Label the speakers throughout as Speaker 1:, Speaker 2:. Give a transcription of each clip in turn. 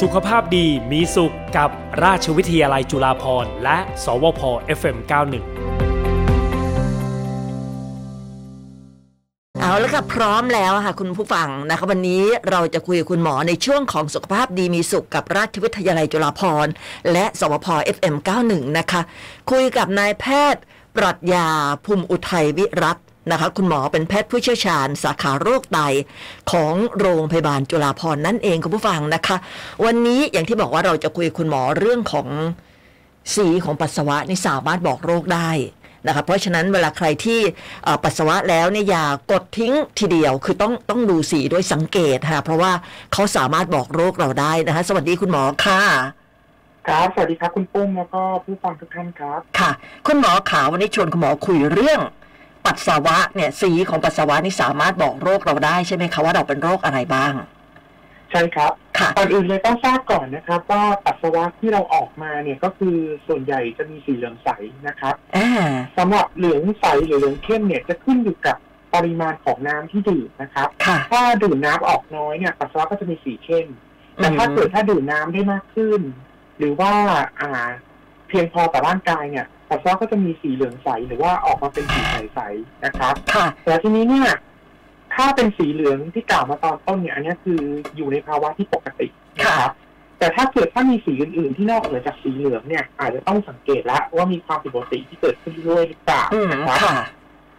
Speaker 1: สุขภาพดีมีสุขกับราชวิทยาลัยจุฬาภรณ์และ สวพ FM91
Speaker 2: เอาแล้วค่ะพร้อมแล้วค่ะคุณผู้ฟังนะคะวันนี้เราจะคุยกับคุณหมอในช่วงของสุขภาพดีมีสุขกับราชวิทยาลัยจุฬาภรณ์และสวพ FM91 นะคะคุยกับนายแพทย์ ปรัชญาภูมิอุทัยวิรัตน์นะคะคุณหมอเป็นแพทย์ผู้เชี่ยวชาญ สาขาโรคไตของโรงพยาบาลจุฬาภรณ์นั่นเองคุณผู้ฟังนะคะ วันนี้อย่างที่บอกว่าเราจะคุยกับคุณหมอเรื่องของ สีของปัสสาวะนี่สามารถบอกโรคได้นะคะเพราะฉะนั้นเวลาใครที่เอ่อปัสสาวะแล้วเนี่ยอย่ากดทิ้งทีเดียว คือต้องต้องดูสีด้วยสังเกตค่ะเพราะว่าเขาสามารถบอกโรคเราได้นะคะ สวัสดีคุณหมอค่ะ
Speaker 3: ครับ สวัสดีครับคุณปุ้มแล้วก็ผู้ฟังทุกท่านครับ
Speaker 2: ค่ะ คุณหมอขาวันนี้ชวนคุณหมอคุยเรื่อง ปัสสาวะเนี่ยสีของปัสสาวะนี่สามารถบอกโรคเราได้ใช่ไหมคะว่าเราเป็นโรคอะไรบ้าง
Speaker 3: ใช่ครับ
Speaker 2: ค่ะ
Speaker 3: ก่อนอื่นเลยต้องทราบก่อนนะครับ ว่าปัสสาวะที่เราออกมาเนี่ยก็คือส่วนใหญ่จะมีสีเหลืองใสนะครับ
Speaker 2: อ่า
Speaker 3: สำหรับเหลืองใสหรือเหลืองเข้มเนี่ยจะขึ้นอยู่กับปริมาณของน้ำที่ดื่มนะครับ
Speaker 2: ค่ะ
Speaker 3: ถ้าดื่มน้ำออกน้อยเนี่ยปัสสาวะก็จะมีสีเข้ม แต่ถ้าเกิดถ้าดื่มน้ำได้มากขึ้น หรือว่าอ่า เพียงพอต่อร่างกายเนี่ยปัสสาวะก็จะมีสีเหลืองใสหรือว่าออกมาเป็นสีใสๆนะครับ
Speaker 2: ค่ะ
Speaker 3: แต่ทีนี้เนี่ยถ้าเป็นสีเหลืองที่กล่าวมาตอนต้นเนี่ย อันเนี้ยคืออยู่ในภาวะที่ปกตินะครับ แต่ถ้าเกิดถ้ามีสีอื่นๆ ที่นอกเหนือจากสีเหลืองเนี่ย อาจจะต้องสังเกตละว่ามีความผิดปกติที่เกิดขึ้นด้วยหรือเปล่า
Speaker 2: อืม
Speaker 3: นะครับ
Speaker 2: ค่ะ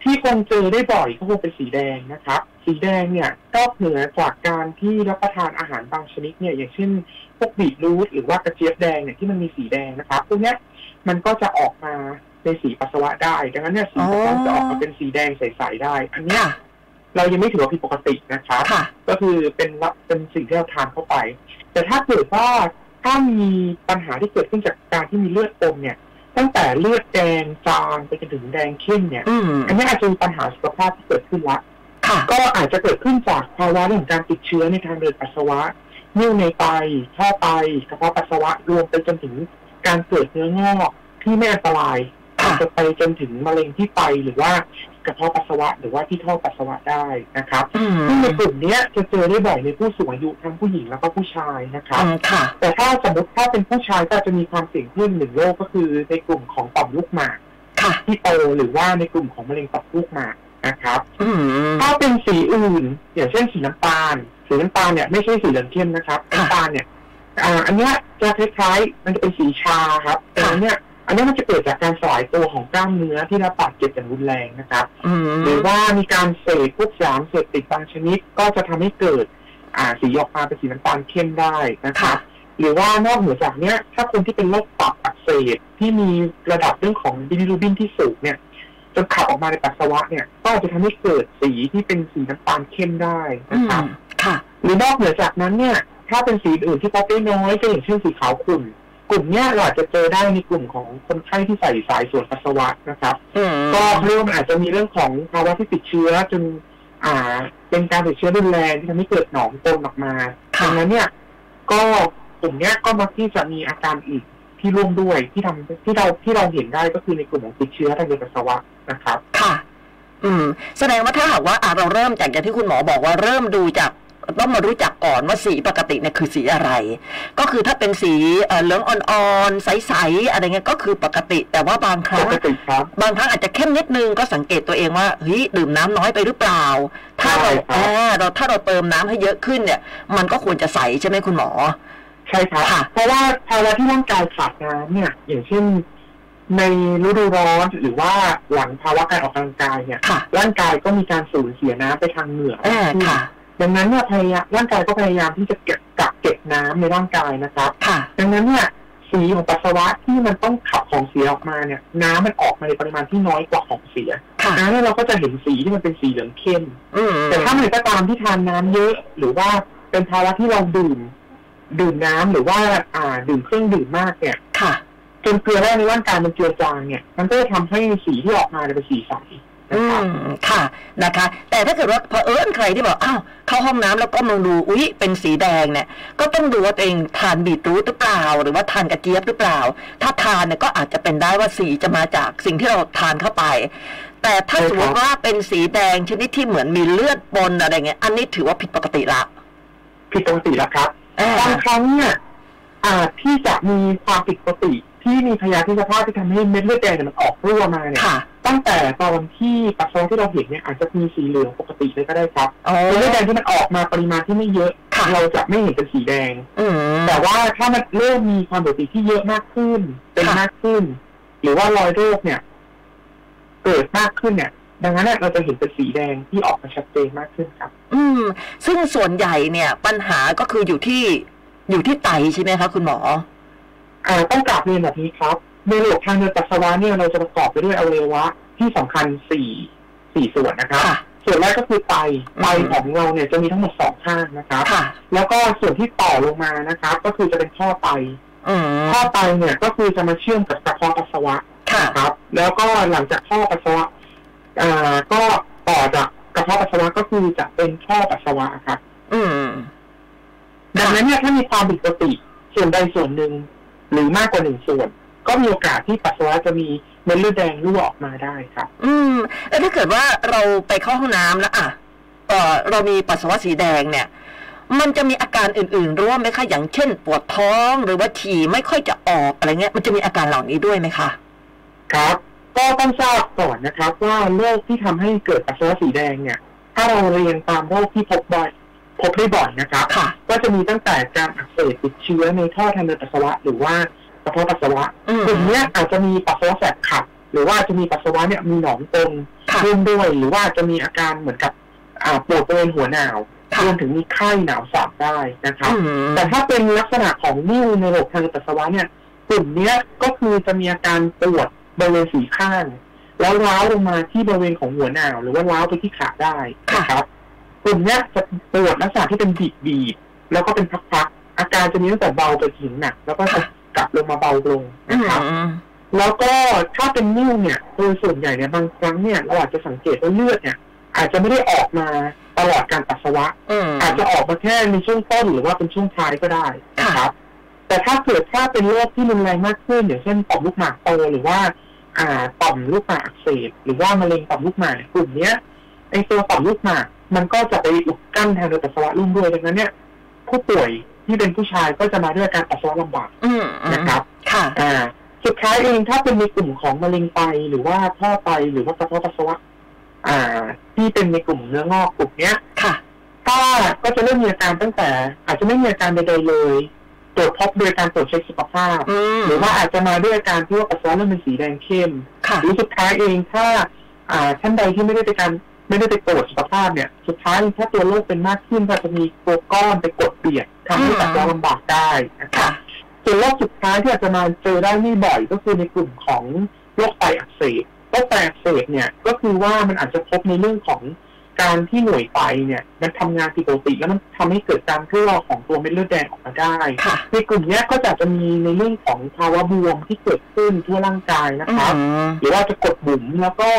Speaker 3: ที่คงเจอได้บ่อยก็คงเป็นสีแดงนะครับ สีแดงเนี่ยนอกเหนือจากการที่รับประทานอาหารบางชนิดเนี่ย อย่างเช่นพวกบีทรูทหรือว่ากระเจี๊ยบแดงเนี่ยที่มันมีสีแดงนะครับพวกเนี้ยมันก็จะออกมาในสีปัสสาวะได้ ดังนั้นเนี่ยสีปัสสาวะจะออกมาเป็นสีแดงใสๆได้ อันเนี้ย
Speaker 2: ค่ะ
Speaker 3: เรายังไม่ถือว่าผิดปกตินะครับ
Speaker 2: ค่ะ
Speaker 3: ก็คือเป็นละเป็นสิ่งที่เราทานเข้าไป แต่ถ้าเกิดว่าถ้ามีปัญหาที่เกิดขึ้นจากการที่มีเลือดปมเนี่ย ตั้งแต่เลือดแดงจางไปจนถึงแดงเข้มเนี่ย
Speaker 2: อืม
Speaker 3: อันนี้อาจจะมีปัญหาสุขภาพที่เกิดขึ้นละ
Speaker 2: ค่ะ
Speaker 3: ก็อาจจะเกิดขึ้นจากภาวะเรื่องของการติดเชื้อในทางเดินปัสสาวะเนื่องในไตท่อไตกระเพาะปัสสาวะรวมไปจนถึงการเกิดเนื้องอกที่ไม่อันตรายอาจจะไปจนถึงมะเร็งที่ไตหรือว่ากระเพาะปัสสาวะ หรือว่าที่ท่อปัสสาวะได้นะครับ
Speaker 2: อืม
Speaker 3: ซึ่งในกลุ่มเนี้ยจะเจอได้บ่อยในผู้สูงอายุทั้งผู้หญิงแล้วก็ผู้ชายนะครั
Speaker 2: อื
Speaker 3: บ
Speaker 2: มค่ะ
Speaker 3: แต่ถ้าสมมติถ้าเป็นผู้ชายก็อาจจะมีความเสี่ยงเพิ่มหนึ่งโรคก็คือในกลุ่มของต่อมลูกหมาก
Speaker 2: ค่ะ
Speaker 3: ที่โตหรือว่าในกลุ่มของมะเร็งต่อมลูกหมากนะครับ
Speaker 2: อืม
Speaker 3: ถ้าเป็นสีอื่น อย่างเช่นสีน้ำตาล สีน้ำตาลเนี่ยไม่ใช่สีเหลืองเข้มนะครับ
Speaker 2: ค่ะ
Speaker 3: น้ำตาลเนี่ยอ่าอันเนี้ยจะคล้ายๆมันจะเป็นสีชาครับแต่อันเนี้ยอันเนี้ยมันจะเกิดจากการสลายตัวของกล้ามเนื้อที่รับบาดเจ็บอย่างรุนแรงนะครับ
Speaker 2: อืม
Speaker 3: หรือว่ามีการเสพพวกสารเสพติดบางชนิดก็จะทำให้เกิดอ่าสีออกมาเป็นสีน้ำตาลเข้มได้นะค
Speaker 2: ค่ะ
Speaker 3: รับ หรือว่านอกเหนือจากเนี้ย ถ้าคนที่เป็นโรคตับอักเสบที่มีระดับเรื่องของบิลิรูบินที่สูงเนี่ยจนขับออกมาในปัสสาวะเนี่ย ก็อาจจะทำให้เกิดสีที่เป็นสีน้ำตาลเข้มได้
Speaker 2: อื
Speaker 3: นะ
Speaker 2: ม
Speaker 3: ครับ
Speaker 2: ค่ะ
Speaker 3: หรือนอกเหนือจากนั้นเนี่ย ถ้าเป็นสีอื่นที่พบได้น้อยก็อย่างเช่นสีขาวขุ่นกลุ่มเนี้ยเราอาจจะเจอได้ในกลุ่มของคนไข้ที่ใส่สายส่วนปัสสาวะนะครับ
Speaker 2: อืม
Speaker 3: ก็เรื่องอาจจะมีเรื่องของภาวะที่ติดเชื้อจนอ่า เป็นการติดเชื้อรุนแรงที่ทำให้เกิดหนองตนออกมา
Speaker 2: ค่ะ
Speaker 3: ดังนั้นเนี่ย ก็กลุ่มเนี้ยก็มักที่จะมีอาการอีกที่ร่วมด้วยที่ทำที่เราที่เราเห็นได้ก็คือในกลุ่มของติดเชื้อทางเดินปัสสาวะนะครับ
Speaker 2: ค่ะ อืม แสดงว่าถ้าหากว่าอ่ะเราเริ่มจากอย่างที่คุณหมอบอกว่าเริ่มดูจากต้องมารู้จักก่อนว่าสีปกติเนี่ยคือสีอะไร ก็คือถ้าเป็นสีเอ่อเหลืองอ่อนๆ ใสๆ อะไรเงี้ยก็คือปกติ แต่ว่าบางค
Speaker 3: ป
Speaker 2: รั้ง
Speaker 3: กติครับ
Speaker 2: บางครั้งอาจจะเข้มนิดนึงก็สังเกตตัวเองว่าเฮ้ยดื่มน้ำน้อยไปหรือเปล่า ถ้าเรา
Speaker 3: ใช่ครับ
Speaker 2: อ่าเราถ้าเราเติมน้ำให้เยอะขึ้นเนี่ย มันก็ควรจะใสใช่ไหมคุณหมอ
Speaker 3: ใช่ครับ
Speaker 2: ค่ะ
Speaker 3: เพราะว่าภาวะที่ร่างกายขาดน้ำเนี่ย อย่างเช่น ในฤดูร้อนหรือว่าหลังภาวะการออกกำลังกายเนี่ย
Speaker 2: ค่ะ
Speaker 3: ร่างกายก็มีการสูญเสียน้ำไปทางเหงื่อ
Speaker 2: อ่า
Speaker 3: ที่
Speaker 2: ค่ะ
Speaker 3: ดังนั้นเนี่ยพยายามร่างกายก็พยายามที่จะเก็บกักเก็บน้ำในร่างกายนะครับ
Speaker 2: ค่ะ
Speaker 3: ดังนั้นเนี่ยสีของปัสสาวะที่มันต้องขับของเสียออกมาเนี่ย น้ำมันออกมาในปริมาณที่น้อยกว่าของเสีย
Speaker 2: ค่ะ
Speaker 3: ดังนั้นเราก็จะเห็นสีที่มันเป็นสีเหลืองเข้ม
Speaker 2: อืม
Speaker 3: แต่ถ้าเมื่อไหร่ก็ตามที่ทานน้ำเยอะ หรือว่าเป็นภาวะที่เราดื่ม ดื่มน้ำหรือว่าอ่าดื่มเครื่องดื่มมากเนี่ย
Speaker 2: ค่ะ
Speaker 3: จนเกลือแร่ในร่างกายมันเจือจางเนี่ย มันก็จะทำให้สีที่ออกมาเนี่ยเป็นสีใสนะ
Speaker 2: อื
Speaker 3: ครับ
Speaker 2: มค่ะนะคะ แต่ถ้าเกิดว่าเผอิญใครที่บอกอ้าวเข้าห้องน้ำแล้วก็มองดูอุ๊ยเป็นสีแดงเนี่ย ก็ต้องดูว่าตัวเองทานบีทรูทหรือเปล่า หรือว่าทานกระเจี๊ยบหรือเปล่า ถ้าทานเนี่ยก็อาจจะเป็นได้ว่าสีจะมาจากสิ่งที่เราทานเข้าไป แต่ถ้า
Speaker 3: ใช่
Speaker 2: ส
Speaker 3: ค
Speaker 2: ม
Speaker 3: รับ
Speaker 2: มติว่าเป็นสีแดงชนิดที่เหมือนมีเลือดปนอะไรเงี้ยอันนี้ถือว่าผิดปกติละ
Speaker 3: ผิดปกติแล้วครับ
Speaker 2: อ่า
Speaker 3: บางครั้งเนี่ย อาจที่จะมีความผิดปกติ ที่มีพยาธิสภาพที่ทำให้เม็ดเลือดแดงเนี่ยมันออกรั่วมาเนี่ย
Speaker 2: ค่ะ
Speaker 3: ตั้งแต่ตอนที่ปัสสาวะที่เราเห็นเนี่ยอาจจะมีสีเหลืองปกติเลยก็ได้ครับ
Speaker 2: อ๋อ
Speaker 3: เม็ดเลือดแดงที่มันออกมาปริมาณที่ไม่เยอะ
Speaker 2: ค่ะ
Speaker 3: เราจะไม่เห็นเป็นสีแดง
Speaker 2: อืม
Speaker 3: แต่ว่าถ้ามันเริ่มมีความผิดปกติที่เยอะมากขึ้น เป็น
Speaker 2: ค่ะ
Speaker 3: มากขึ้น หรือว่ารอยโรคเนี่ย เกิดมากขึ้นเนี่ย ดังนั้นเนี่ยเราจะเห็นเป็นสีแดงที่ออกมาชัดเจนมากขึ้นครับ
Speaker 2: อืม ซึ่งส่วนใหญ่เนี่ย ปัญหาก็คืออยู่ที่อยู่ที่ไตใช่ไหมคะคุณหมอ
Speaker 3: เอ่อต้องกราบเรียนแบบนี้ครับในระบบทางเดินปัสสาวะเนี่ยเราจะประกอบไปด้วยอวัยวะที่สำคัญสี่สี่ส่วนนะครับ
Speaker 2: ค่ะ
Speaker 3: ส่วนแรกก็คือไตไต
Speaker 2: อืม
Speaker 3: ของเราเนี่ยจะมีทั้งหมดสองข้างนะครับ
Speaker 2: ค่ะ
Speaker 3: แล้วก็ส่วนที่ต่อลงมานะครับ ก็คือจะเป็นท่อไต
Speaker 2: อืม
Speaker 3: ท่อไตเนี่ยก็คือจะมาเชื่อมกับกระเพาะปัสสาวะ
Speaker 2: ค่ะ
Speaker 3: นะครับ แล้วก็หลังจากท่อปัสสาวะเอ่อก็ต่อจากกระเพาะปัสสาวะก็คือจะเป็นท่อปัสสาวะครับ
Speaker 2: อืม
Speaker 3: ดังนั้นเนี่ยถ้ามีความผิดปกติส่วนใดส่วนหนึ่ง หรือมากกว่าหนึ่งส่วน ก็มีโอกาสที่ปัสสาวะจะมีเม็ดเลือดแดงรั่วออกมาได้ครับ
Speaker 2: อืมแล้วถ้าเกิดว่าเราไปเข้าห้องน้ำแล้วอ่ะเออเรามีปัสสาวะสีแดงเนี่ย มันจะมีอาการอื่นๆร่วมไหมคะ อย่างเช่น ปวดท้องหรือว่าฉี่ไม่ค่อยจะออกอะไรเงี้ย มันจะมีอาการเหล่านี้ด้วยไหมคะ
Speaker 3: ครับ ก็ต้องทราบก่อนนะครับ ว่าโรคที่ทำให้เกิดปัสสาวะสีแดงเนี่ย ถ้าเราเรียนตามโรคที่พบบ่อยพบได้บ่อยนะครับ
Speaker 2: ค่ะ
Speaker 3: ก็จะมีตั้งแต่การอักเสบติดเชื้อในท่อทางเดินปัสสาวะ หรือว่ากระเพาะปัสสาวะ
Speaker 2: อืม
Speaker 3: กลุ่มเนี้ยอาจจะมีปัสสาวะแสบขับ หรือว่าอาจจะมีปัสสาวะเนี่ยมีหนองตรง
Speaker 2: ค่ะ
Speaker 3: ร่วมด้วยหรือว่าจะมีอาการเหมือนกับอ่าปวดบริเวณหัวหนาว
Speaker 2: ค่ะ
Speaker 3: รวมถึงมีไข้หนาวสาบได้นะครับ
Speaker 2: อืม
Speaker 3: แต่ถ้าเป็นลักษณะของนิ่วในระบบทางเดินปัสสาวะเนี่ยกลุ่มเนี้ยก็คือจะมีอาการปวดบริเวณสีข้าง แล้วร้าวลงมาที่บริเวณของหัวหนาว หรือว่าร้าวไปที่ขาได้นะครับกลุ่มเนี้ยจะปวดลักษณะที่เป็นบีบบีบๆแล้วก็เป็นพักๆอาการจะมีตั้งแต่เบาไปถึงหนักแล้วก็จะกลับลงมาเบาลง
Speaker 2: อื
Speaker 3: นะ
Speaker 2: ม
Speaker 3: ครับ แล้วก็ถ้าเป็นนิ้วเนี่ยโดยส่วนใหญ่เนี่ยบางครั้งเนี่ยเราอาจจะสังเกตว่าเลือดเนี่ย อาจจะไม่ได้ออกมาตลอดการปัสสาวะ
Speaker 2: อืม
Speaker 3: อาจจะออกมาแค่ในช่วงต้นหรือว่าเป็นช่วงท้ายก็ได้
Speaker 2: ค่ะ
Speaker 3: นะครับ แต่ถ้าเกิดถ้าเป็นโรคที่รุนแรงมากขึ้นอย่างเช่นต่อมลูกหมากโตหรือว่า อ่าต่อมลูกหมากอักเสบหรือว่ามะเร็งต่อมลูกหมากเนี่ยกลุ่มเนี้ยไอตัวต่อมลูกหมากมันก็จะไปอุดกั้นทางเดินปัสสาวะร่วมด้วยดังนั้นเนี่ย ผู้ป่วยที่เป็นผู้ชายก็จะมาด้วยอาการปัสสาวะลำบาก
Speaker 2: อืมอืม
Speaker 3: นะครับ
Speaker 2: ค่ะ
Speaker 3: อ่าสุดท้ายเองถ้าเป็นในกลุ่มของมะเร็งไตหรือว่าท่อไตหรือว่ากระเพาะปัสสาวะอ่า ที่เป็นในกลุ่มเนื้องอกกลุ่มเนี้ย
Speaker 2: ค่ะ
Speaker 3: ถ้าก็จะเริ่มมีอาการตั้งแต่ อาจจะไม่มีอาการใดๆเลยตรวจพบโดยการตรวจเช็คสุขภาพ
Speaker 2: อืม
Speaker 3: หรือว่าอาจจะมาด้วยอาการที่ว่าปัสสาวะเริ่มเป็นสีแดงเข้ม
Speaker 2: ค่ะ
Speaker 3: หรือสุดท้ายเองถ้า อ่าท่านใดที่ไม่ได้ไปการไม่ได้ไปตรวจสุขภาพเนี่ย สุดท้ายถ้าตัวโรคเป็นมากขึ้นก็จะมีตัวก้อนไปกดเบียดทำให้
Speaker 2: อืม
Speaker 3: ปัสสาวะลำบากได้นะ
Speaker 2: ค่ะ
Speaker 3: คะ ส่วนโรคสุดท้ายที่อาจจะมาเจอได้ไม่บ่อยก็คือในกลุ่มของโรคไตอักเสบโรคไตอักเสบเนี่ยก็คือว่ามันอาจจะพบในเรื่องของการที่หน่วยไตเนี่ย มันทำงานผิดปกติแล้วมันทำให้เกิดการรั่วของตัวเม็ดเลือดแดงออกมาได้
Speaker 2: ค่ะ
Speaker 3: ในกลุ่มเนี้ยก็จะอาจจะมีในเรื่องของภาวะบวมที่เกิดขึ้นทั่วร่างกายนะ
Speaker 2: อื
Speaker 3: ครับ
Speaker 2: ม
Speaker 3: หรือว่าจะกดบุ๋มแล้วก็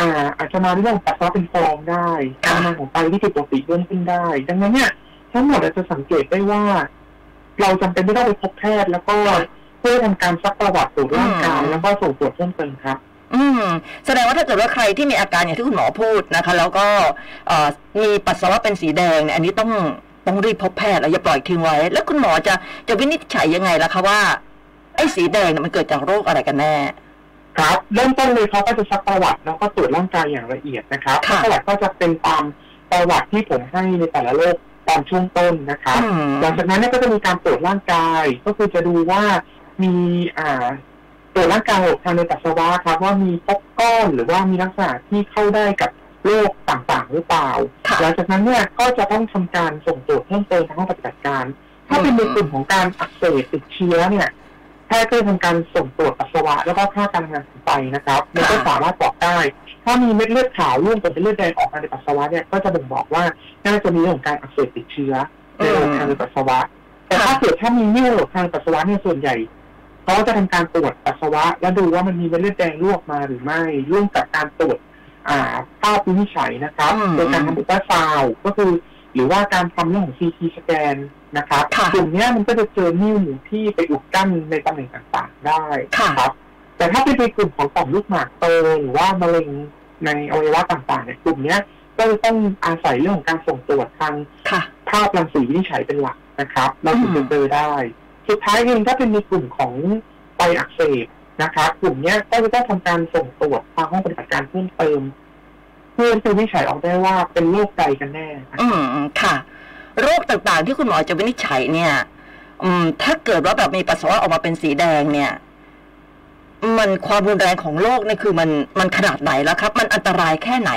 Speaker 3: อ่าอาจจะมาเรื่องปัสสาวะเป็นฟองได้
Speaker 2: ค่ะ
Speaker 3: การทำงานของไตที่ผิดปกติเริ่มขึ้นได้ ดังนั้นเนี่ยทั้งหมดเราจะสังเกตได้ว่า เราจำเป็นที่ต้องไปพบแพทย์ แล้วก็เพื่อทำการซักประวัติตรวจร่างกายแล้วก็ส่งตรวจเพิ่มเติมครับ
Speaker 2: อืมแสดงว่าถ้าเกิดว่าใครที่มีอาการอย่างที่คุณหมอพูดนะคะ แล้วก็เอ่อมีปัสสาวะเป็นสีแดงเนี่ยอันนี้ต้องต้องรีบพบแพทย์แล้วอย่าปล่อยทิ้งไว้ แล้วคุณหมอจะจะวินิจฉัยยังไงล่ะคะว่าไอ้สีแดงเนี่ยมันเกิดจากโรคอะไรกันแน่
Speaker 3: ครับเริ่มต้นเลยเขาก็จะซักประวัติแล้วก็ตรวจร่างกายอย่างละเอียดนะครับ
Speaker 2: ค่ะ
Speaker 3: ประวัติก็จะเป็นตามประวัติที่ผมให้ในแต่ละโรคตามช่วงต้นนะครับ
Speaker 2: อืม
Speaker 3: หลังจากนั้นเนี่ยก็จะมีการตรวจร่างกายก็คือจะดูว่ามีอ่าตรวจร่างกายทางในปัสสาวะครับ ว่ามีพบก้อนหรือว่ามีลักษณะที่เข้าได้กับโรคต่างๆ หรือเปล่า
Speaker 2: ค่ะ
Speaker 3: หลังจากนั้นเนี่ยก็จะต้องทำการส่งตรวจเพิ่มเติมทางห้องปฏิบัติการ ถ้าเป็นในกลุ่มของการอักเสบติดเชื้อเนี่ยแพทย์ก็จะทำการส่งตรวจปัสสาวะ แล้วก็ค่าการทำงานของไตนะครับแล้วก็สามารถบอกได้ ถ้ามีเม็ดเลือดขาวร่วมกับเม็ดเลือดแดงออกมาในปัสสาวะเนี่ยก็จะบ่งบอกว่าน่าจะมีเรื่องของการอักเสบติดเชื้อในระบบทางเดินปัสสาวะ แต่ถ้าเกิดถ้ามีนิ่วทางปัสสาวะเนี่ยส่วนใหญ่เขาจะทำการตรวจปัสสาวะ แล้วดูว่ามันมีเม็ดเลือดแดงรั่วออกมาหรือไม่ร่วมกับการตรวจ อ่าภาพวินิจฉัยนะครับ
Speaker 2: อืม
Speaker 3: โดยการทำอุลตราซาวด์ก็คือ หรือว่าการทำเรื่องของซีทีสแกนนะครับ
Speaker 2: ค่ะ
Speaker 3: กลุ่มเนี้ยมันก็จะเจอนิ่วที่ไปอุดกั้นในตำแหน่งต่างๆ ได้
Speaker 2: ค่ะ
Speaker 3: ครับ แต่ถ้าเป็นในกลุ่มของต่อมลูกหมากโตหรือว่ามะเร็งในอวัยวะต่างๆเนี่ยกลุ่มเนี้ยก็จะต้องอาศัยเรื่องของการส่งตรวจทาง
Speaker 2: ค่ะ
Speaker 3: ภาพรังสีวินิจฉัยเป็นหลักนะครับ เราถึง
Speaker 2: อื
Speaker 3: จะ
Speaker 2: ม
Speaker 3: เจอได้ สุดท้ายเองถ้าเป็นในกลุ่มของไตอักเสบนะครับกลุ่มเนี้ยก็จะต้องทำการส่งตรวจทางห้องปฏิบัติการเพิ่มเติม เพื่อจะวินิจฉัยออกได้ว่าเป็นโรคใดกันแน่นะครับ
Speaker 2: อืมค่ะ โรคต่างๆที่คุณหมอจะวินิจฉัยเนี่ย อืม ถ้าเกิดว่าแบบมีปัสสาวะออกมาเป็นสีแดงเนี่ย มันความรุนแรงของโรคเนี่ยคือมันมันขนาดไหนแล้วครับ มันอันตรายแค่ไหน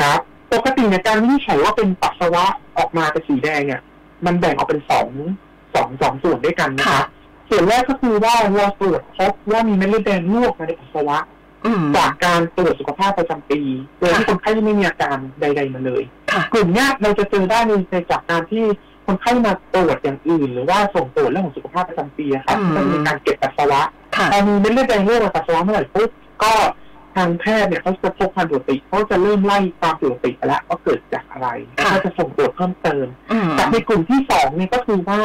Speaker 3: ครับปกติในยการวินิจฉัยว่าเป็นปัสสาวะออกมาเป็นสีแดงเนี่ย มันแบ่งออกเป็นสองสองสองส่วนด้วยกันนะครั
Speaker 2: ค่ะ
Speaker 3: บส่วนแรกก็คือว่าเราตรวจพบว่ามีเม็ดเลือดแดงลวกมาในปัสสาวะ
Speaker 2: อืม
Speaker 3: จากการตรวจสุขภาพประจำปีโดยที่คนไข้ไม่มีอาการใด ๆ มาเลย
Speaker 2: ค่ะ
Speaker 3: กลุ่มเนี้ยเราจะเจอได้ในในจากการที่คนไข้มาตรวจอย่างอื่น หรือว่าส่งตรวจเรื่องของสุขภาพประจำปีอะครับ
Speaker 2: อืม
Speaker 3: มันมีการเก็บปัสสาวะ
Speaker 2: ค่ะ
Speaker 3: พอมีเม็ดเลือดแดงเริ่มมาปัสสาวะเมื่อไหร่ปุ๊บก็ทางแพทย์เนี่ยเขาจะพบความผิดปกติเขาจะเริ่มไล่ตามผิดปกติไปแล้วว่าเกิดจากอะไรแล้วก็
Speaker 2: ค่ะ
Speaker 3: จะส่งตรวจเพิ่มเติม
Speaker 2: อืม
Speaker 3: แต่ในกลุ่มที่สองเนี่ยก็คือว่า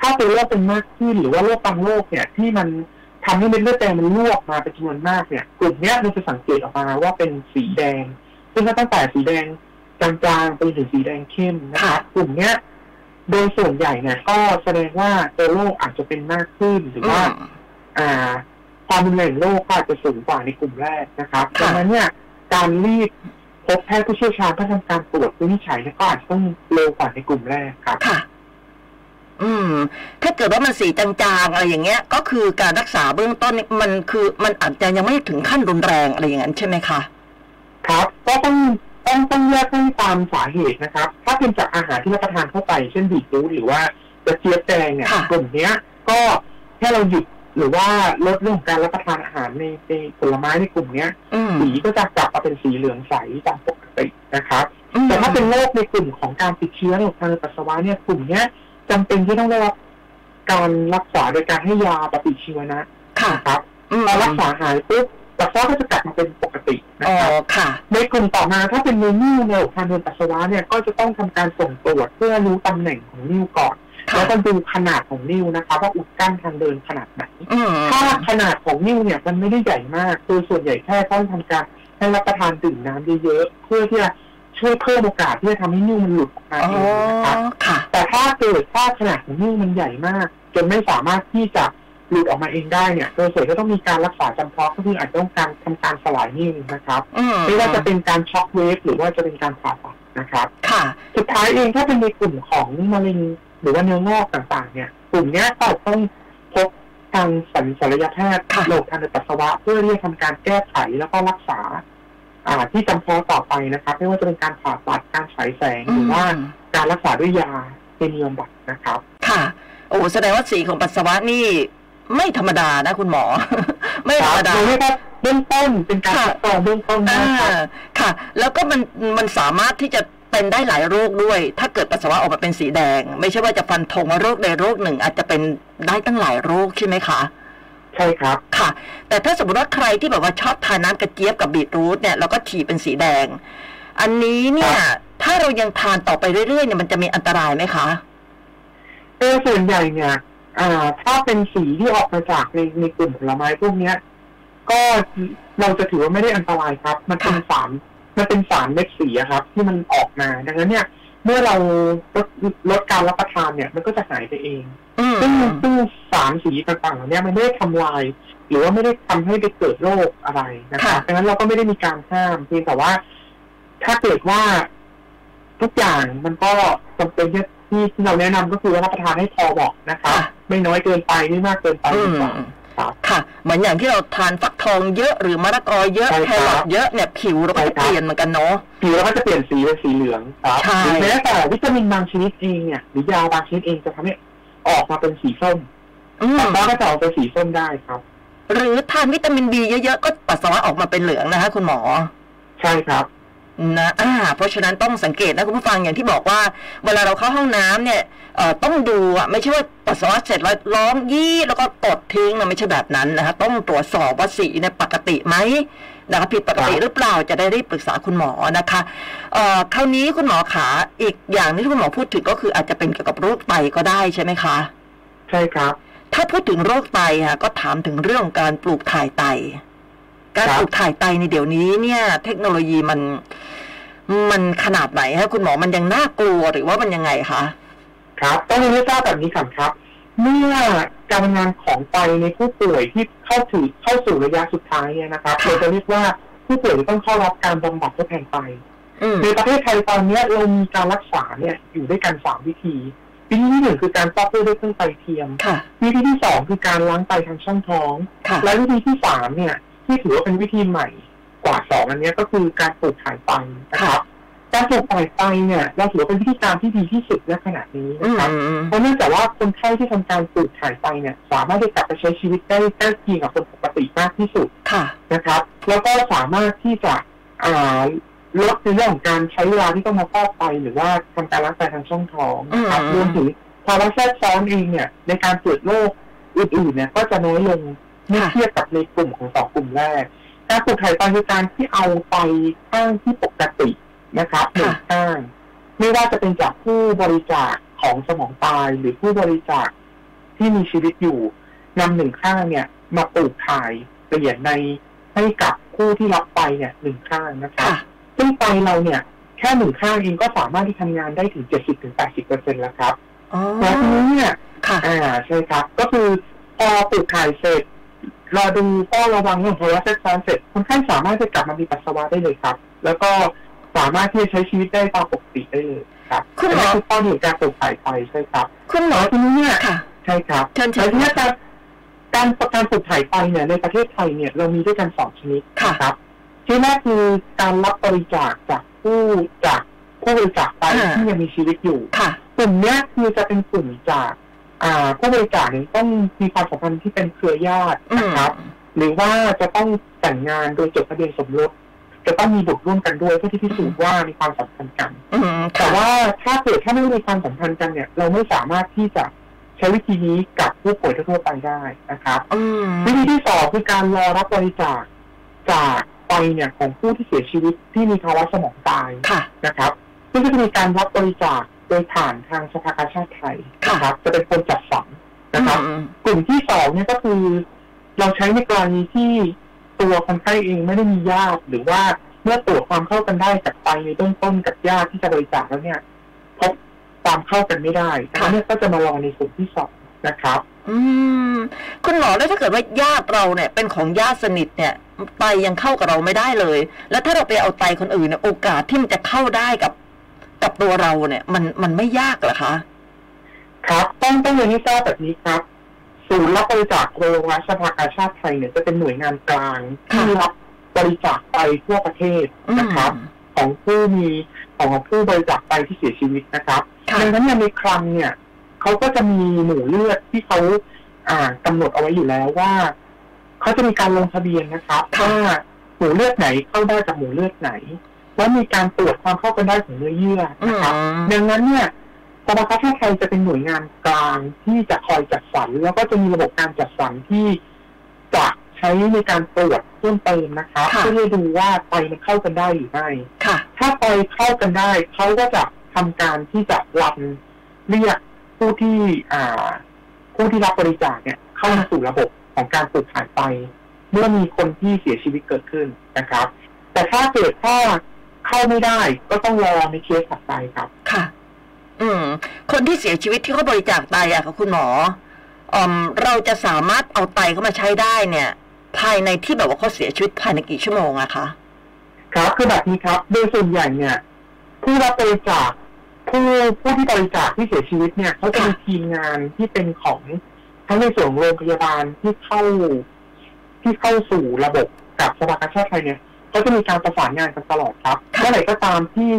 Speaker 3: ถ้าเป็นโรคเป็นมากขึ้นหรือว่าโรคบางโรคเนี่ยที่มันทำให้เม็ดเลือดแดงมันลวกมาเป็นจำนวนมากเนี่ย กลุ่มเนี้ยเราจะสังเกตออกมาว่าเป็นสีแดง ซึ่งก็ตั้งแต่สีแดงจางๆไปถึงสีแดงเข้มนะคะกลุ่มเนี้ยโดยส่วนใหญ่เนี่ยก็แสดงว่าตัวโรคอาจจะเป็นมากขึ้นหรือ
Speaker 2: อื
Speaker 3: ว่า
Speaker 2: ม
Speaker 3: อ่าความรุนแรงโรคก็อาจจะสูงกว่าในกลุ่มแรกนะครับ
Speaker 2: ค่ะ
Speaker 3: ดังนั้นเนี่ยการรีบพบแพทย์ผู้เชี่ยวชาญเพื่อทำการตรวจวินิจฉัยเนี่ยก็อาจจะต้องเร็วกว่าในกลุ่มแรกครับ
Speaker 2: ค่ะ อืม ถ้าเกิดว่ามันสีจางๆอะไรอย่างเงี้ย ก็คือการรักษาเบื้องต้นนี่มันคือมันอาจจะยังไม่ถึงขั้นรุนแรงอะไรอย่างนั้นใช่ไหมคะ
Speaker 3: ครับ ก็ต้องต้องต้องแยกให้ตามสาเหตุนะครับ ถ้าเป็นจากอาหารที่รับประทานเข้าไป เช่นบีทรูทหรือว่ากระเจี๊ยบแดงเนี่ย
Speaker 2: ค่ะ
Speaker 3: กลุ่มเนี้ย ก็แค่เราหยุดหรือว่าลดเรื่องของการรับประทานอาหารในในผลไม้ในกลุ่มเนี้ย
Speaker 2: อืม
Speaker 3: สีก็จะกลับมาเป็นสีเหลืองใสตามปกตินะครับ
Speaker 2: อืม
Speaker 3: แต่ถ้าเป็นโรคในกลุ่มของการติดเชื้อในทางเดินปัสสาวะเนี่ยกลุ่มเนี้ยจำเป็นที่ต้องได้รับการรักษาโดยการให้ยาปฏิชีวนะ
Speaker 2: ค่ะ
Speaker 3: นะครับ
Speaker 2: อืม
Speaker 3: พอรักษาหายปุ๊บปัสสาวะก็จะกลับมาเป็นปกตินะ
Speaker 2: อ๋อ
Speaker 3: ครับ
Speaker 2: ค่ะ
Speaker 3: ในกลุ่มต่อมาถ้าเป็นนิ้วนิ้วในทางเดินปัสสาวะเนี่ยก็จะต้องทำการส่งตรวจเพื่อรู้ตำแหน่งของนิ้วก่อน
Speaker 2: ค่ะ
Speaker 3: แล้วก็ดูขนาดของนิ้วนะคะว่าอุดกั้นทางเดินขนาดไหน
Speaker 2: อืม
Speaker 3: ถ้าขนาดของนิ้วเนี่ยมันไม่ได้ใหญ่มากโดยส่วนใหญ่แค่ต้องทำการให้รับประทานดื่มน้ำเยอะๆเพื่อที่จะช่วยเพิ่มโอกาสที่จะทำให้นิ้วมันหลุดออกมา
Speaker 2: อ๋อ
Speaker 3: เองนะครับ
Speaker 2: ค่ะ
Speaker 3: แต่ถ้าเกิดถ้าขนาดของนิ้วมันใหญ่มาก จนไม่สามารถที่จะหลุดออกมาเองได้เนี่ยโดยส่วนใหญ่ก็ต้องมีการรักษาจำเพาะก็คืออาจจะต้องการทำการสลายนิ้วนะครับ
Speaker 2: อืม
Speaker 3: ไม่ว่าจะเป็นการช็อกเวฟหรือว่าจะเป็นการผ่าตัดนะครับ
Speaker 2: ค่ะ
Speaker 3: สุดท้ายเองถ้าเป็นในกลุ่มของมะเร็งหรือว่าเนื้องอกต่างๆ เนี่ย กลุ่มเนี้ยก็ต้องพบทางสัญชลยแพทย์
Speaker 2: ค่ะ
Speaker 3: โรคทางเดินปัสสาวะ เพื่อที่จะทำการแก้ไขแล้วก็รักษา อ่าที่จำเพาะต่อไปนะครับ ไม่ว่าจะเป็นการผ่าตัดการฉายแสงหรือว่า
Speaker 2: อืม
Speaker 3: การรักษาด้วยยาเคมีบำบัดนะครับ
Speaker 2: ค่ะ โอ้ แสดงว่าสีของปัสสาวะนี่ ไม่ธรรมดานะคุณหมอ ไม่
Speaker 3: ค
Speaker 2: ธรร
Speaker 3: รับ
Speaker 2: มดา
Speaker 3: เราเรียกว่าเบื้องต้นเป็นการ
Speaker 2: ค่ะ
Speaker 3: ทดลองเบื้องต้น
Speaker 2: อ่า
Speaker 3: นะครับ
Speaker 2: ค่ะ แล้วก็มันมันสามารถที่จะเป็นได้หลายโรคด้วย ถ้าเกิดปัสสาวะออกมาเป็นสีแดง ไม่ใช่ว่าจะฟันธงว่าโรคใดโรคหนึ่ง อาจจะเป็นได้ตั้งหลายโรคใช่ไหมคะ
Speaker 3: ใช่ครับ
Speaker 2: ค่ะ แต่ถ้าสมมติว่าใครที่แบบว่าชอบทานน้ำกระเจี๊ยบกับบีทรูทเนี่ยแล้วก็ฉี่เป็นสีแดง อันนี้เนี่ย ถ้าเรายังทานต่อไปเรื่อยๆเนี่ยมันจะมีอันตรายไหมคะ
Speaker 3: เออส่วนใหญ่เนี่ยอ่าถ้าเป็นสีที่ออกมาจากในในกลุ่มผลไม้พวกเนี้ย ก็เราจะถือว่าไม่ได้อันตรายครับ มันเป็น
Speaker 2: ค่ะ
Speaker 3: สารมันเป็นสารเม็ดสีอะครับ ที่มันออกมา ดังนั้นเนี่ย เมื่อเราลดลดการรับประทานเนี่ย มันก็จะหายไปเอง
Speaker 2: อืม
Speaker 3: ซึ่งซึ่งสารสีต่างๆเหล่าเนี้ยมันไม่ได้ทำลาย หรือว่าไม่ได้ทำให้ไปเกิดโรคอะไรนะครับดังนั้นเราก็ไม่ได้มีการห้ามเพียงแต่ว่า ถ้าเกิดว่าทุกอย่างมันก็จำเป็นที่ที่เราแนะนำก็คือว่ารับประทานให้พอเหมาะนะครับ ไม่น้อยเกินไปไม่มากเกินไป
Speaker 2: อื
Speaker 3: ดีก
Speaker 2: ม
Speaker 3: ว่า ครับ
Speaker 2: ค่ะ เหมือนอย่างที่เราทานฟักทองเยอะหรือมะละกอเยอะ
Speaker 3: ใช่
Speaker 2: แค
Speaker 3: ครั
Speaker 2: รอท
Speaker 3: บ
Speaker 2: เยอะเนี่ยผิวเราก็จะ
Speaker 3: ใช่ครับ
Speaker 2: เปลี่ยนเหมือนกันเนาะ
Speaker 3: ผิวเราก็จะเปลี่ยนสีเป็นสีเหลืองครับ
Speaker 2: ใช่
Speaker 3: หรือแม้แต่วิตามินบางชนิดเองเนี่ยหรือยาบางชนิดเองจะทำให้ออกมาเป็นสีส้ม
Speaker 2: อืม
Speaker 3: ปัสสาวะก็จะออกเป็นสีส้มได้ครับ
Speaker 2: หรือทานวิตามินบีเยอะๆก็ปัสสาวะออกมาเป็นเหลืองนะคะคุณหมอ
Speaker 3: ใช่ครับ
Speaker 2: นะอ่าเพราะฉะนั้นต้องสังเกตนะคุณผู้ฟังอย่างที่บอกว่า เวลาเราเข้าห้องน้ำเนี่ยเอ่อต้องดูอ่ะไม่ใช่ว่าปัสสาวะเสร็จแล้วร้องยี่แล้วก็กดทิ้งนะไม่ใช่แบบนั้นนะคะต้องตรวจสอบว่าสีเนี่ยปกติไหมนะคะผิดปกติ
Speaker 3: ครับ
Speaker 2: หรือเปล่าจะได้รีบปรึกษาคุณหมอนะคะเอ่อคราวนี้คุณหมอขาอีกอย่างที่คุณหมอพูดถึงก็คืออาจจะเป็นเกี่ยวกับโรคไตก็ได้ใช่ไหมคะ
Speaker 3: ใช่ครับ
Speaker 2: ถ้าพูดถึงโรคไตค่ะก็ถามถึงเรื่องการปลูกถ่ายไต การ
Speaker 3: ครับ
Speaker 2: ปลูกถ่ายไตในเดี๋ยวนี้เนี่ย เทคโนโลยีมัน มันขนาดไหนคะคุณหมอมันยังน่ากลัวหรือว่ามันยังไงคะ
Speaker 3: ครับต้องเรียนให้ทราบแบบนี้ก่อนครับ เมื่อการทำงานของไตในผู้ป่วยที่เข้าถึงเข้าสู่ระยะสุดท้ายเนี่ยนะครับเราจะเรียกว่าผู้ป่วยที่ต้องเข้ารับการบำบัดทดแทนไต
Speaker 2: อืม
Speaker 3: ในประเทศไทยตอนเนี้ยเรามีการรักษาเนี่ยอยู่ด้วยกันสามวิธี วิธีที่หนึ่งคือการฟอกเลือดด้วยเครื่องไตเทียม
Speaker 2: ค่ะ
Speaker 3: วิธีที่สองคือการล้างไตทางช่องท้อง
Speaker 2: ค่ะ
Speaker 3: และวิธีที่สามเนี่ยที่ถือว่าเป็นวิธีใหม่กว่าสองอันเนี้ยก็คือการปลูกถ่ายไตนะครับการปลูกถ่ายไตเนี่ยเราถือว่าเป็นวิธีการที่ดีที่สุดณขณะนี้
Speaker 2: อื
Speaker 3: นะ
Speaker 2: ม
Speaker 3: ครับ
Speaker 2: อืมอืม
Speaker 3: เพราะเนื่องจากว่าคนไข้ที่ทำการปลูกถ่ายไตเนี่ยสามารถได้กลับไปใช้ชีวิตได้ใกล้เคียงกับคนปกติมากที่สุด
Speaker 2: ค่ะ
Speaker 3: นะครับแล้วก็สามารถที่จะอ่าลดในเรื่องของการใช้เวลาที่ต้องมาฟอกไตหรือว่าทำการรักษาทางช่องท้องนะครับ
Speaker 2: อืม
Speaker 3: รวมถึงภาวะแทรกซ้อนเองเนี่ยในการเกิดโรคอื่นๆเนี่ยก็จะน้อยลงเมื่อ
Speaker 2: ค่ะ
Speaker 3: เทียบกับในกลุ่มของสองกลุ่มแรก การปลูกถ่ายไตคือการที่เอาไตข้างที่ปกตินะครับหนึ่งข้าง ไม่ว่าจะเป็นจากผู้บริจาคของสมองตายหรือผู้บริจาคที่มีชีวิตอยู่นำหนึ่งข้างเนี่ย มาปลูกถ่ายเปลี่ยนในให้กับผู้ที่รับไปเนี่ยหนึ่งข้างนะคะ
Speaker 2: ค่ะ
Speaker 3: ซึ่งไตเราเนี่ย แค่หนึ่งข้างเองก็สามารถที่ทำงานได้ถึงเจ็ดสิบถึงแปดสิบเปอร์เซ็นต์แล้วครับ
Speaker 2: อ๋อ
Speaker 3: แล้วทีนี้เนี่ย
Speaker 2: ค่ะ
Speaker 3: อ่าใช่ครับ ก็คือพอปลูกถ่ายเสร็จรอดูเฝ้าระวังเรื่องของภาวะแทรกซ้อนเสร็จคนไข้สามารถจะกลับมามีปัสสาวะได้เลยครับ แล้วก็สามารถที่จะใช้ชีวิตได้ตามปกติได้เลยครับ
Speaker 2: คุณหมอ
Speaker 3: นนี้คือข้อหนึ่งการปลูกถ่ายไปใช่ครับ
Speaker 2: คุณหมอ
Speaker 3: แล้วทีนี้เนี่ย
Speaker 2: ค่ะ
Speaker 3: ใช่ครับ
Speaker 2: เชิญเชิญ
Speaker 3: แล้วทีนี้การการการปลูกถ่ายไปเนี่ยในประเทศไทยเนี่ยเรามีด้วยกันสองชนิด
Speaker 2: ค่ะ
Speaker 3: นะครับที่แรกคือการรับบริจาคจากผู้จากผู้บริจาคไป
Speaker 2: อ่า
Speaker 3: ที่ยังมีชีวิตอยู่
Speaker 2: ค่ะ
Speaker 3: กลุ่มเนี้ยคือจะเป็นกลุ่มจาก อ่าผู้บริจาคเนี่ยต้องมีความสัมพันธ์ที่เป็นเครือญาติ
Speaker 2: อื
Speaker 3: นะ
Speaker 2: ม
Speaker 3: ครับ หรือว่าจะต้องแต่งงานโดยจดทะเบียนสมรสจะต้องมีบุตรร่วมกันด้วยเพื่อที่พิสูจน์ว่ามีความสัมพันธ์กัน
Speaker 2: อืม
Speaker 3: แต่
Speaker 2: ค่ะ
Speaker 3: ว่าถ้าเกิดถ้าไม่มีความสัมพันธ์กันเนี่ย เราไม่สามารถที่จะใช้วิธีนี้กับผู้ป่วยทั่วๆไปได้นะครับ
Speaker 2: อืม
Speaker 3: วิธีที่สองคือการรอรับบริจาคจากไปเนี่ยของผู้ที่เสียชีวิตที่มีภาวะสมองตาย
Speaker 2: ค่ะ
Speaker 3: นะครับซึ่งก็จะมีการรับบริจาคโดยผ่านทางสภากาชาติไทยนะครับ จะเป็นคนจัดสรรนะครับ
Speaker 2: อืม
Speaker 3: กลุ่มที่สองเนี่ยก็คือ เราใช้ในกรณีที่ตัวคนไข้เองไม่ได้มีญาติ หรือว่าเมื่อตรวจความเข้ากันได้จากบไตในเบื้องต้นกับญาติที่จะบริจาคแล้วเนี่ยพบความเข้ากันไม่ได้นะครับเนี่ยก็จะมารอในกลุ่มที่สองนะครับ
Speaker 2: อืมคุณหมอแล้วถ้าเกิดว่าญาติเราเนี่ย เป็นของญาติสนิทเนี่ยไตยังเข้ากับเราไม่ได้เลย แล้วถ้าเราไปเอาไตคนอื่นเนี่ยโอกาสที่มันจะเข้าได้กับกับตัวเราเนี่ย มันมันไม่ยากเหรอคะ
Speaker 3: ครับต้องต้องเรียนให้ทราบแบบนี้ครับ ศูนย์รับบริจาคโรงพยาบาลสภากาชาติไทยเนี่ยจะเป็นหน่วยงานกลางที่
Speaker 2: ค่ะ
Speaker 3: รับบริจาคไปทั่วประเทศ
Speaker 2: อืม
Speaker 3: นะครับ ของผู้มีของผู้บริจาคไปที่เสียชีวิตนะครับ
Speaker 2: ค่ะ
Speaker 3: ดังนั้นเนี่ยในคลังเนี่ยเขาก็จะมีหมู่เลือดที่เขาอ่ากำหนดเอาไว้อยู่แล้วว่าเขาจะมีการลงทะเบียนนะครับว่าหมู่เลือดไหนเข้าได้กับหมู่เลือดไหนและมีการตรวจความเข้ากันได้ของเนื้อเยื่อ
Speaker 2: อื
Speaker 3: นะครับ
Speaker 2: ม
Speaker 3: ดังนั้นเนี่ยสภากาชาติไทยจะเป็นหน่วยงานกลางที่จะคอยจัดสรรแล้วก็จะมีระบบการจัดสรรที่จะใช้ในการตรวจเพิ่มเติมนะคะเพื่อให้ดูว่าไตมันเข้ากันได้หรือไม่
Speaker 2: ค่ะ
Speaker 3: ถ้าไตเข้ากันได้เขาก็จะทำการที่จะรับเรียกผู้ที่อ่า ผู้ที่รับบริจาคเนี่ย เข้ามาสู่ระบบของการปลูกถ่ายไตเมื่อมีคนที่เสียชีวิตเกิดขึ้นนะครับ แต่ถ้าเกิดถ้าเข้าไม่ได้ก็ต้องรอในเคสถัดไปครับ
Speaker 2: ค่ะ อืม คนที่เสียชีวิตที่เขาบริจาคไตอะค่ะคุณหมออืมเราจะสามารถเอาไตเข้ามาใช้ได้เนี่ย ภายในที่แบบว่าเขาเสียชีวิตภายในกี่ชั่วโมงอะคะ
Speaker 3: ครับคือแบบนี้ครับ โดยส่วนใหญ่เนี่ย ผู้รับบริจาคผู้ผู้ที่บริจาคที่เสียชีวิตเนี่ยเขาจะมีทีมงานที่เป็นของทั้งในส่วนของโรงพยาบาลที่เข้าที่เข้าสู่ระบบกับสภากาชาติไทยเนี่ยก็จะมีการประสานงานกันตลอดครับ
Speaker 2: ค่ะ
Speaker 3: เมื่อไหร่ก็ตามที่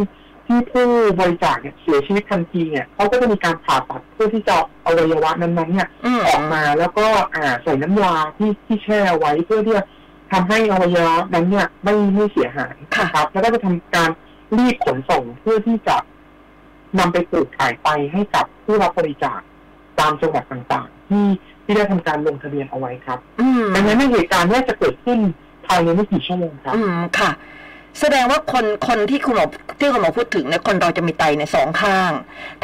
Speaker 3: ที่ผู้บริจาคเนี่ยเสียชีวิตทันทีเนี่ยเขาก็จะมีการผ่าตัดเพื่อที่จะเอาอวัยวะนั้นๆเนี่ย
Speaker 2: อืม
Speaker 3: ออกมาแล้วก็อ่าใส่น้ำยาที่ที่แช่ไว้เพื่อที่จะทำให้อวัยวะนั้นเนี่ยไม่ไม่เสียหาย
Speaker 2: ค่ะ
Speaker 3: นะครับ แล้วก็จะทำการรีบขนส่งเพื่อที่จะนำไปปลูกถ่ายไปให้กับผู้รับบริจาคตามจังหวัดต่างๆ ที่ที่ได้ทำการลงทะเบียนเอาไว้ครับ
Speaker 2: อืม
Speaker 3: ดังนั้นเหตุการณ์เนี้จะเกิดขึ้นภายในไม่กี่ชั่วโมงครับ
Speaker 2: อืมค่ะ แสดงว่าคนคนที่คุณหมอที่คุณหมอพูดถึงเนี่ยคนเราจะมีไตเนี่ยสองข้าง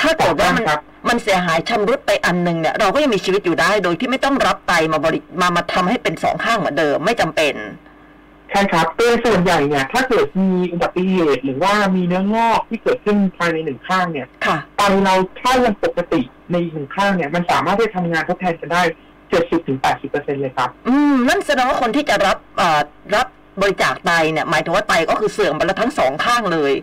Speaker 2: ถ้าเกิดว่ามัน
Speaker 3: สองข้างครับ
Speaker 2: มันเสียหายชำรุดไปอันหนึงเนี่ย เราก็ยังมีชีวิตอยู่ได้ โดยที่ไม่ต้องรับไตมาบริมามาทำให้เป็นสองข้างเหมือนเดิมไม่จำเป็น
Speaker 3: ใช่ครับเป็นส่วนใหญ่เนี่ย ถ้าเกิดมีอุบัติเหตุหรือว่ามีเนื้องอกที่เกิดขึ้นภายในหนึ่งข้างเนี่ย
Speaker 2: ค่ะ
Speaker 3: ไตเราถ้ายังปกติในอีกหนึ่งข้างเนี่ย มันสามารถที่จะทำงานทดแทนกันได้เจ็ดสิบถึงแปดสิบเปอร์เซ็นเลยครับ
Speaker 2: อืมนั่นแสดงว่าคนที่จะรับเอ่อรับบริจาคไตเนี่ยหมายถึงว่าไตก็คือเสื่อมไปแล้วทั้งสองข้างเลย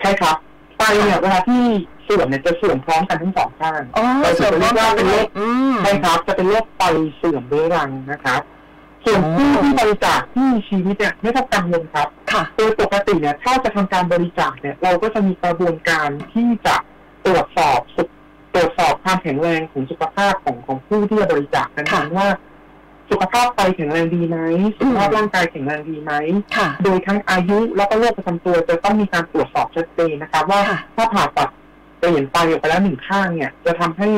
Speaker 3: ใช่ครับไตเนี่ยเวลาที่เสื่อมเนี่ยจะเสื่อมพร้อมกันทั้งสองข้าง
Speaker 2: อ๋อเสื่อมพร้อมกันเลยอืม
Speaker 3: ใช่ครับจะเป็นโรคไตเสื่อมเรื้อรังนะครับ ส่วนผู้
Speaker 2: อ๋อ
Speaker 3: ที่บริจาคที่มีชีวิตเนี่ยไม่ต้องกังวลครับ
Speaker 2: ค่ะ
Speaker 3: โดยปกติเนี่ยถ้าจะทำการบริจาคเนี่ย เราก็จะมีกระบวนการที่จะตรวจสอบสุขตรวจสอบความแข็งแรงของสุขภาพของของผู้ที่จะบริจาคนั้น
Speaker 2: ค่ะ
Speaker 3: ว่า สุขภาพไตแข็งแรงดีไหมสุขภาพ
Speaker 2: อืม
Speaker 3: ร่างกายแข็งแรงดีไหม
Speaker 2: ค่ะ
Speaker 3: โดยทั้งอายุแล้วก็โรคประจำตัวจะต้องมีการตรวจสอบชัดเจนนะครับ ว่า
Speaker 2: ค่ะ
Speaker 3: ถ้าผ่าตัดเปลี่ยนไตออกไปแล้วหนึ่งข้างเนี่ย จะทำให้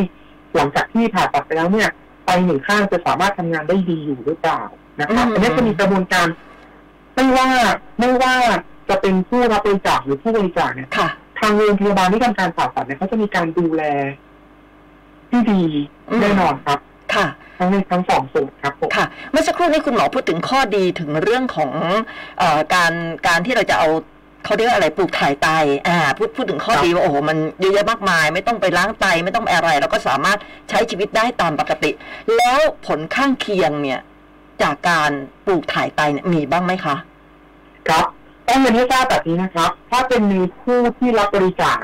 Speaker 3: หลังจากที่ผ่าตัดไปแล้วเนี่ยไตหนึ่งข้างจะสามารถทำงานได้ดีอยู่หรือเปล่านะครับ
Speaker 2: อืม
Speaker 3: อันนี้จะมีกระบวนการ ไม่ว่าไม่ว่าจะเป็นผู้รับบริจาคหรือผู้บริจาคเนี่ย
Speaker 2: ค่ะ
Speaker 3: ทางโรงพยาบาลที่ทำการผ่าตัดเนี่ยเขาจะมีการดูแล ที่ดี
Speaker 2: อืม
Speaker 3: แน่นอนครับ
Speaker 2: ค่ะ
Speaker 3: ทั้งในทั้งสองส่วนครับผม
Speaker 2: ค่ะ เมื่อสักครู่นี้คุณหมอพูดถึงข้อดีถึงเรื่องของเออการการที่เราจะเอาเขาเรียกอะไรปลูกถ่ายไตอ่าพูดพูดถึงข้อดีว่าโอ้โหมันเยอะแยะมากมาย ไม่ต้องไปล้างไตไม่ต้องอะไรแล้วก็สามารถใช้ชีวิตได้ตามปกติ แล้วผลข้างเคียงเนี่ยจากการปลูกถ่ายไตเนี่ยมีบ้างไหมคะ
Speaker 3: ครับต้องเรียนให้ทราบแบบนี้นะครับ ถ้าเป็นในผู้ที่รับบริจาค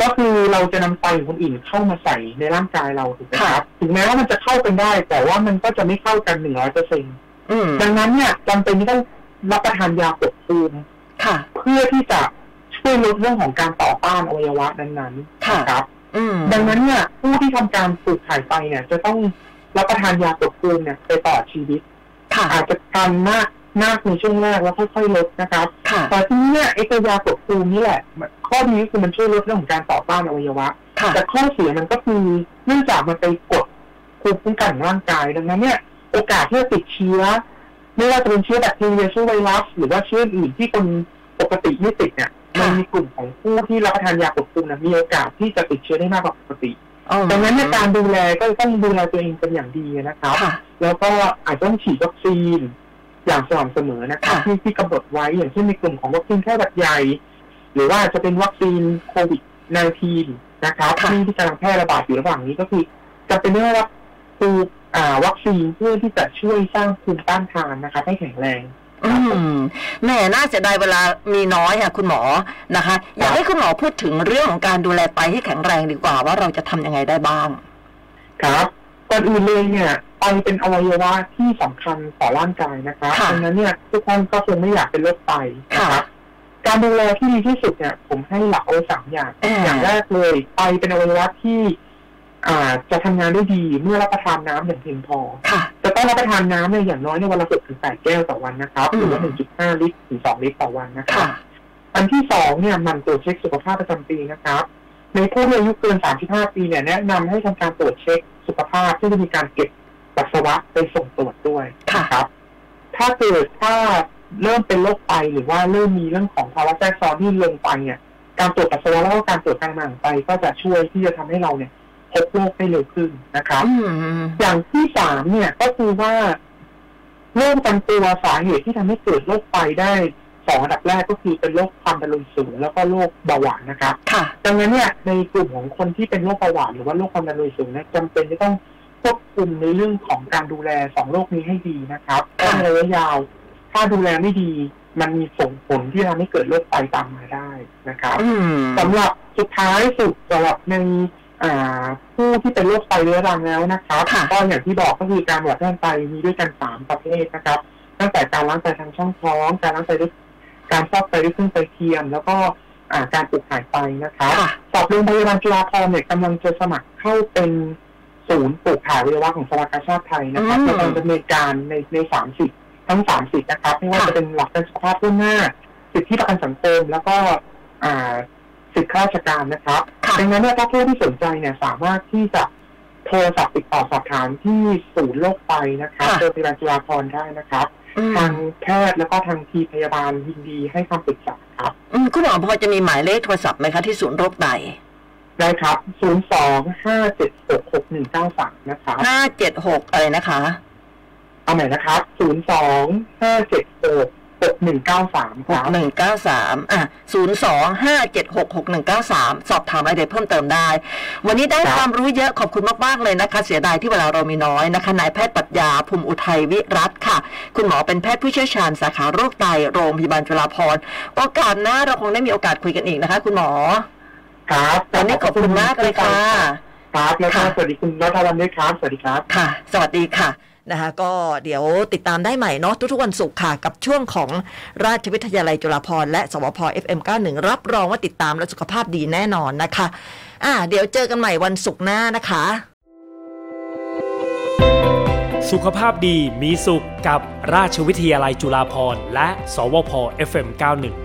Speaker 3: ก็คือเราจะนำไตของคนอื่นเข้ามาใส่ในร่างกายเราถูกไหมค
Speaker 2: ค่ะ
Speaker 3: รับ ถึงแม้ว่ามันจะเข้ากันได้ แต่ว่ามันก็จะไม่เข้ากันหนึ่งร้อยเปอร์เซ็น
Speaker 2: อืม
Speaker 3: ดังนั้นเนี่ยจำเป็นที่ต้องรับประทานยาปกบภูมิ
Speaker 2: ค่ะ
Speaker 3: เพื่อที่จะช่วยลดเรื่องของการต่อต้านอวัยวะนั้นๆ
Speaker 2: ค่ะ
Speaker 3: นะครับ
Speaker 2: อืม
Speaker 3: ดังนั้นเนี่ยผู้ที่ทำการปลูกถ่ายไตเนี่ย จะต้องรับประทานยาปกบภูมิเนี่ยไปต่อชีวิต
Speaker 2: ค่ะ
Speaker 3: อาจจะกันมากมากในช่วงแรกแล้วค่อยๆลดนะครับ
Speaker 2: ค่ะ
Speaker 3: แต่ที่เนี่ยไอ้ตัวยาปวดภูมินี่แหละมันข้อดีก็คือมันช่วยลดเรื่องของการต่อต้านอวัยวะ
Speaker 2: ค่ะ
Speaker 3: แต่ข้อเสียมันก็คือเนื่องจากมันไปกดภูมิคุ้มกันของร่างกายดังนั้นเนี่ย โอกาสที่จะติดเชื้อ ไม่ว่าจะเป็นเชื้อแบคทีเรียเชื้อไวรัสหรือว่าเชื้ออื่นที่คนปกติไม่ติดเนี่ยมันมีกลุ่มของผู้ที่รับประทานยาปวดภูมินะมีโอกาสที่จะติดเชื้อได้มากกว่าปกติ
Speaker 2: อ๋อ
Speaker 3: ดังนั้นเนี่ยการดูแลก็ต้องดูแลตัวเองเป็นอย่างดีนะครับ
Speaker 2: ค่ะ
Speaker 3: แล้วก็อาจจะต้องฉีดวัคซีนอย่างสม่ำเสมอนะครับ
Speaker 2: ค่ะ
Speaker 3: ที่ที่กำหนดไว้อย่างเช่นในกลุ่มของวัคซีนไข้หวัดใหญ่ หรือว่าจะเป็นวัคซีนโควิด -19 นะครับที่ที่กำลังแพร่ระบาดอยู่ระหว่างนี้ก็คือจะเป็นเรื่องรับปูอ่าวัคซีนเพื่อที่จะช่วยสร้างภูมิต้านทานนะครับให้แข็งแรง
Speaker 2: อืมแหม่น่าเสียดายเวลามีน้อยค่ะคุณหมอนะคะ อยากให้คุณหมอพูดถึงเรื่องของการดูแลไตให้แข็งแรงดีกว่า ว่าเราจะทำยังไงได้บ้าง
Speaker 3: ครับก่อนอื่นเลยเนี่ยไตเป็นอวัยวะที่สำคัญต่อร่างกายนะครับ
Speaker 2: ค่ะ
Speaker 3: ดังนั้นเนี่ยทุกท่านก็คงไม่อยากเป็นโรคไตนะ
Speaker 2: ค่ะ
Speaker 3: ครับ การดูแลที่ดีที่สุดเนี่ยผมให้หลักเอาไว้สามอย่าง
Speaker 2: อ่า
Speaker 3: อย่างแรกเลยไตเป็นอวัยวะที่ อ่าจะทำงานได้ดีเมื่อรับประทานน้ำอย่างเพียงพอ
Speaker 2: ค่ะ
Speaker 3: จะต้องรับประทานน้ำเนี่ยอย่างน้อยในยวันละหกถึงแปดแก้วต่อวันนะครับ หรือว่า
Speaker 2: อื
Speaker 3: ห
Speaker 2: ม
Speaker 3: นึ่งจุดห้าลิตรถึงสองลิตรต่อวันนะครั
Speaker 2: ค่ะ
Speaker 3: บ อันที่สองเนี่ยหมันตรวจเช็คสุขภาพประจำปีนะครับ ในผู้มีอายุเกิน 35 ปีเนี่ยแนะนำให้ทำการตรวจเช็คสุขภาพซึ่งจะมีการเก็บปัสสาวะไปส่งตรวจด้วย
Speaker 2: ค่ะ
Speaker 3: นะครับ ถ้าเกิดถ้าเริ่มเป็นโรคไตหรือว่าเริ่มมีเรื่องของภาวะแทรกซ้อนที่ลงไปเนี่ย การตรวจปัสสาวะแล้วก็การตรวจการหมั่นไปก็จะช่วยที่จะทำให้เราเนี่ยพบโรคได้เร็วขึ้นนะครับ
Speaker 2: อืม
Speaker 3: อย่างที่สามเนี่ยก็คือว่าโรคประจำตัวสาเหตุที่ทำให้เกิดโรคไตได้สองอันดับแรกก็คือเป็นโรคความดันโลหิตสูง แล้วก็โรคเบาหวานนะครับ
Speaker 2: ค่ะ
Speaker 3: ดังนั้นเนี่ยในกลุ่มของคนที่เป็นโรคเบาหวานหรือว่าโรคความดันโลหิตสูงเนี่ยจำเป็นจะต้องควบคุมในเรื่องของการดูแลสองโรคนี้ให้ดีนะครับเพราะ
Speaker 2: ค่ะ
Speaker 3: ในระยะยาว ถ้าดูแลไม่ดี มันมีส่งผลที่ทำให้เกิดโรคไตตามมาได้นะครับ
Speaker 2: อืม
Speaker 3: สำหรับสุดท้ายสุดสำหรับในอ่าผู้ที่เป็นโรคไตเรื้อรังแล้วนะครับ
Speaker 2: ค่ะ
Speaker 3: ก็อย่างที่บอกก็คือการบำบัดด้านไตมีด้วยกันสามประเภทนะครับ ตั้งแต่การล้างไตทางช่องท้อง การล้างไตด้วยการฟอกไตด้วยเครื่องไตเทียม แล้วก็อ่าการปลูกถ่ายไตนะครับ
Speaker 2: ค่ะ
Speaker 3: สอบโรงพยาบาลจุฬาภรณ์เนี่ยกำลังจะสมัครเข้าเป็นศูนย์ปลูกถ่ายอวัยวะของสภากาชาติไทยนะครับ
Speaker 2: อืม
Speaker 3: กำลังดำเนินการในในสามสิบทั้งสามสิบนะครับไม่ว่า
Speaker 2: ค่ะ
Speaker 3: จะเป็นหลักการสุขภาพเพื่อหน้า สิทธิประกันสังคมแล้วก็อ่า สิทธิข้าราชการนะครับ
Speaker 2: ค่ะ
Speaker 3: ดังนั้นเนี่ยถ้าผู้ที่สนใจเนี่ยสามารถที่จะโทรศัพท์ติดต่อสอบถามที่ศูนย์โรคไตนะครับ
Speaker 2: ค่ะ
Speaker 3: โดยพยาบาลจุฬาภรณ์ได้นะครับ
Speaker 2: อืม
Speaker 3: ทางแพทย์แล้วก็ทางทีมพยาบาลยินดีให้คำปรึกษาครับ
Speaker 2: อืมคุณหมอพอจะมีหมายเลขโทรศัพท์ไหมคะที่ศูนย์โรคไต
Speaker 3: ได้ครับ 0 2 5 7 6 6 1 9 3 นะครับ
Speaker 2: ห้าเจ็ดหกอะไรนะคะ
Speaker 3: เอาใหม่นะครับ 0 2 5 7 6
Speaker 2: ห
Speaker 3: 6 1 9 3 ครั
Speaker 2: ก
Speaker 3: บ
Speaker 2: หนึ่งเก้าสามอ่ะศูนย์สองห้าเจ็ดหกหกหนึ่งเก้าสามสอบถามรายละเอียดเพิ่มเติมได้ วันนี้ได้
Speaker 3: ครับ
Speaker 2: ความรู้เยอะขอบคุณมาก ๆ เลยนะคะ เสียดายที่เวลาเรามีน้อยนะคะนายแพทย์ปรัตยาภูมิอุทัยวิรัตน์ค่ะ คุณหมอเป็นแพทย์ผู้เชี่ยวชาญสาขาโรคไตโรงพยาบาลจุฬาภรณ์โอกาสหน้าเราคงได้มีโอกาสคุยกันอีกนะคะ คุณหมอ
Speaker 3: ครับ
Speaker 2: วันนี้ขอบคุณมากเลยค่ะ
Speaker 3: ครับ แล้วก็สวัสดีคุณรัฐวันด้วยครับ สวัสดีครับ
Speaker 2: ค่ะ สวัสดีค่ะ นะคะ ก็เดี๋ยวติดตามได้ใหม่เนาะทุกๆวันศุกร์ค่ะ กับช่วงของราชวิทยาลัยจุฬาภรณ์และ สวพ FM91 รับรองว่าติดตามและสุขภาพดีแน่นอนนะคะ อ่า เดี๋ยวเจอกันใหม่วันศุกร์หน้านะคะ
Speaker 1: สุขภาพดีมีสุขกับราชวิทยาลัยจุฬาภรณ์และ สวพ FM91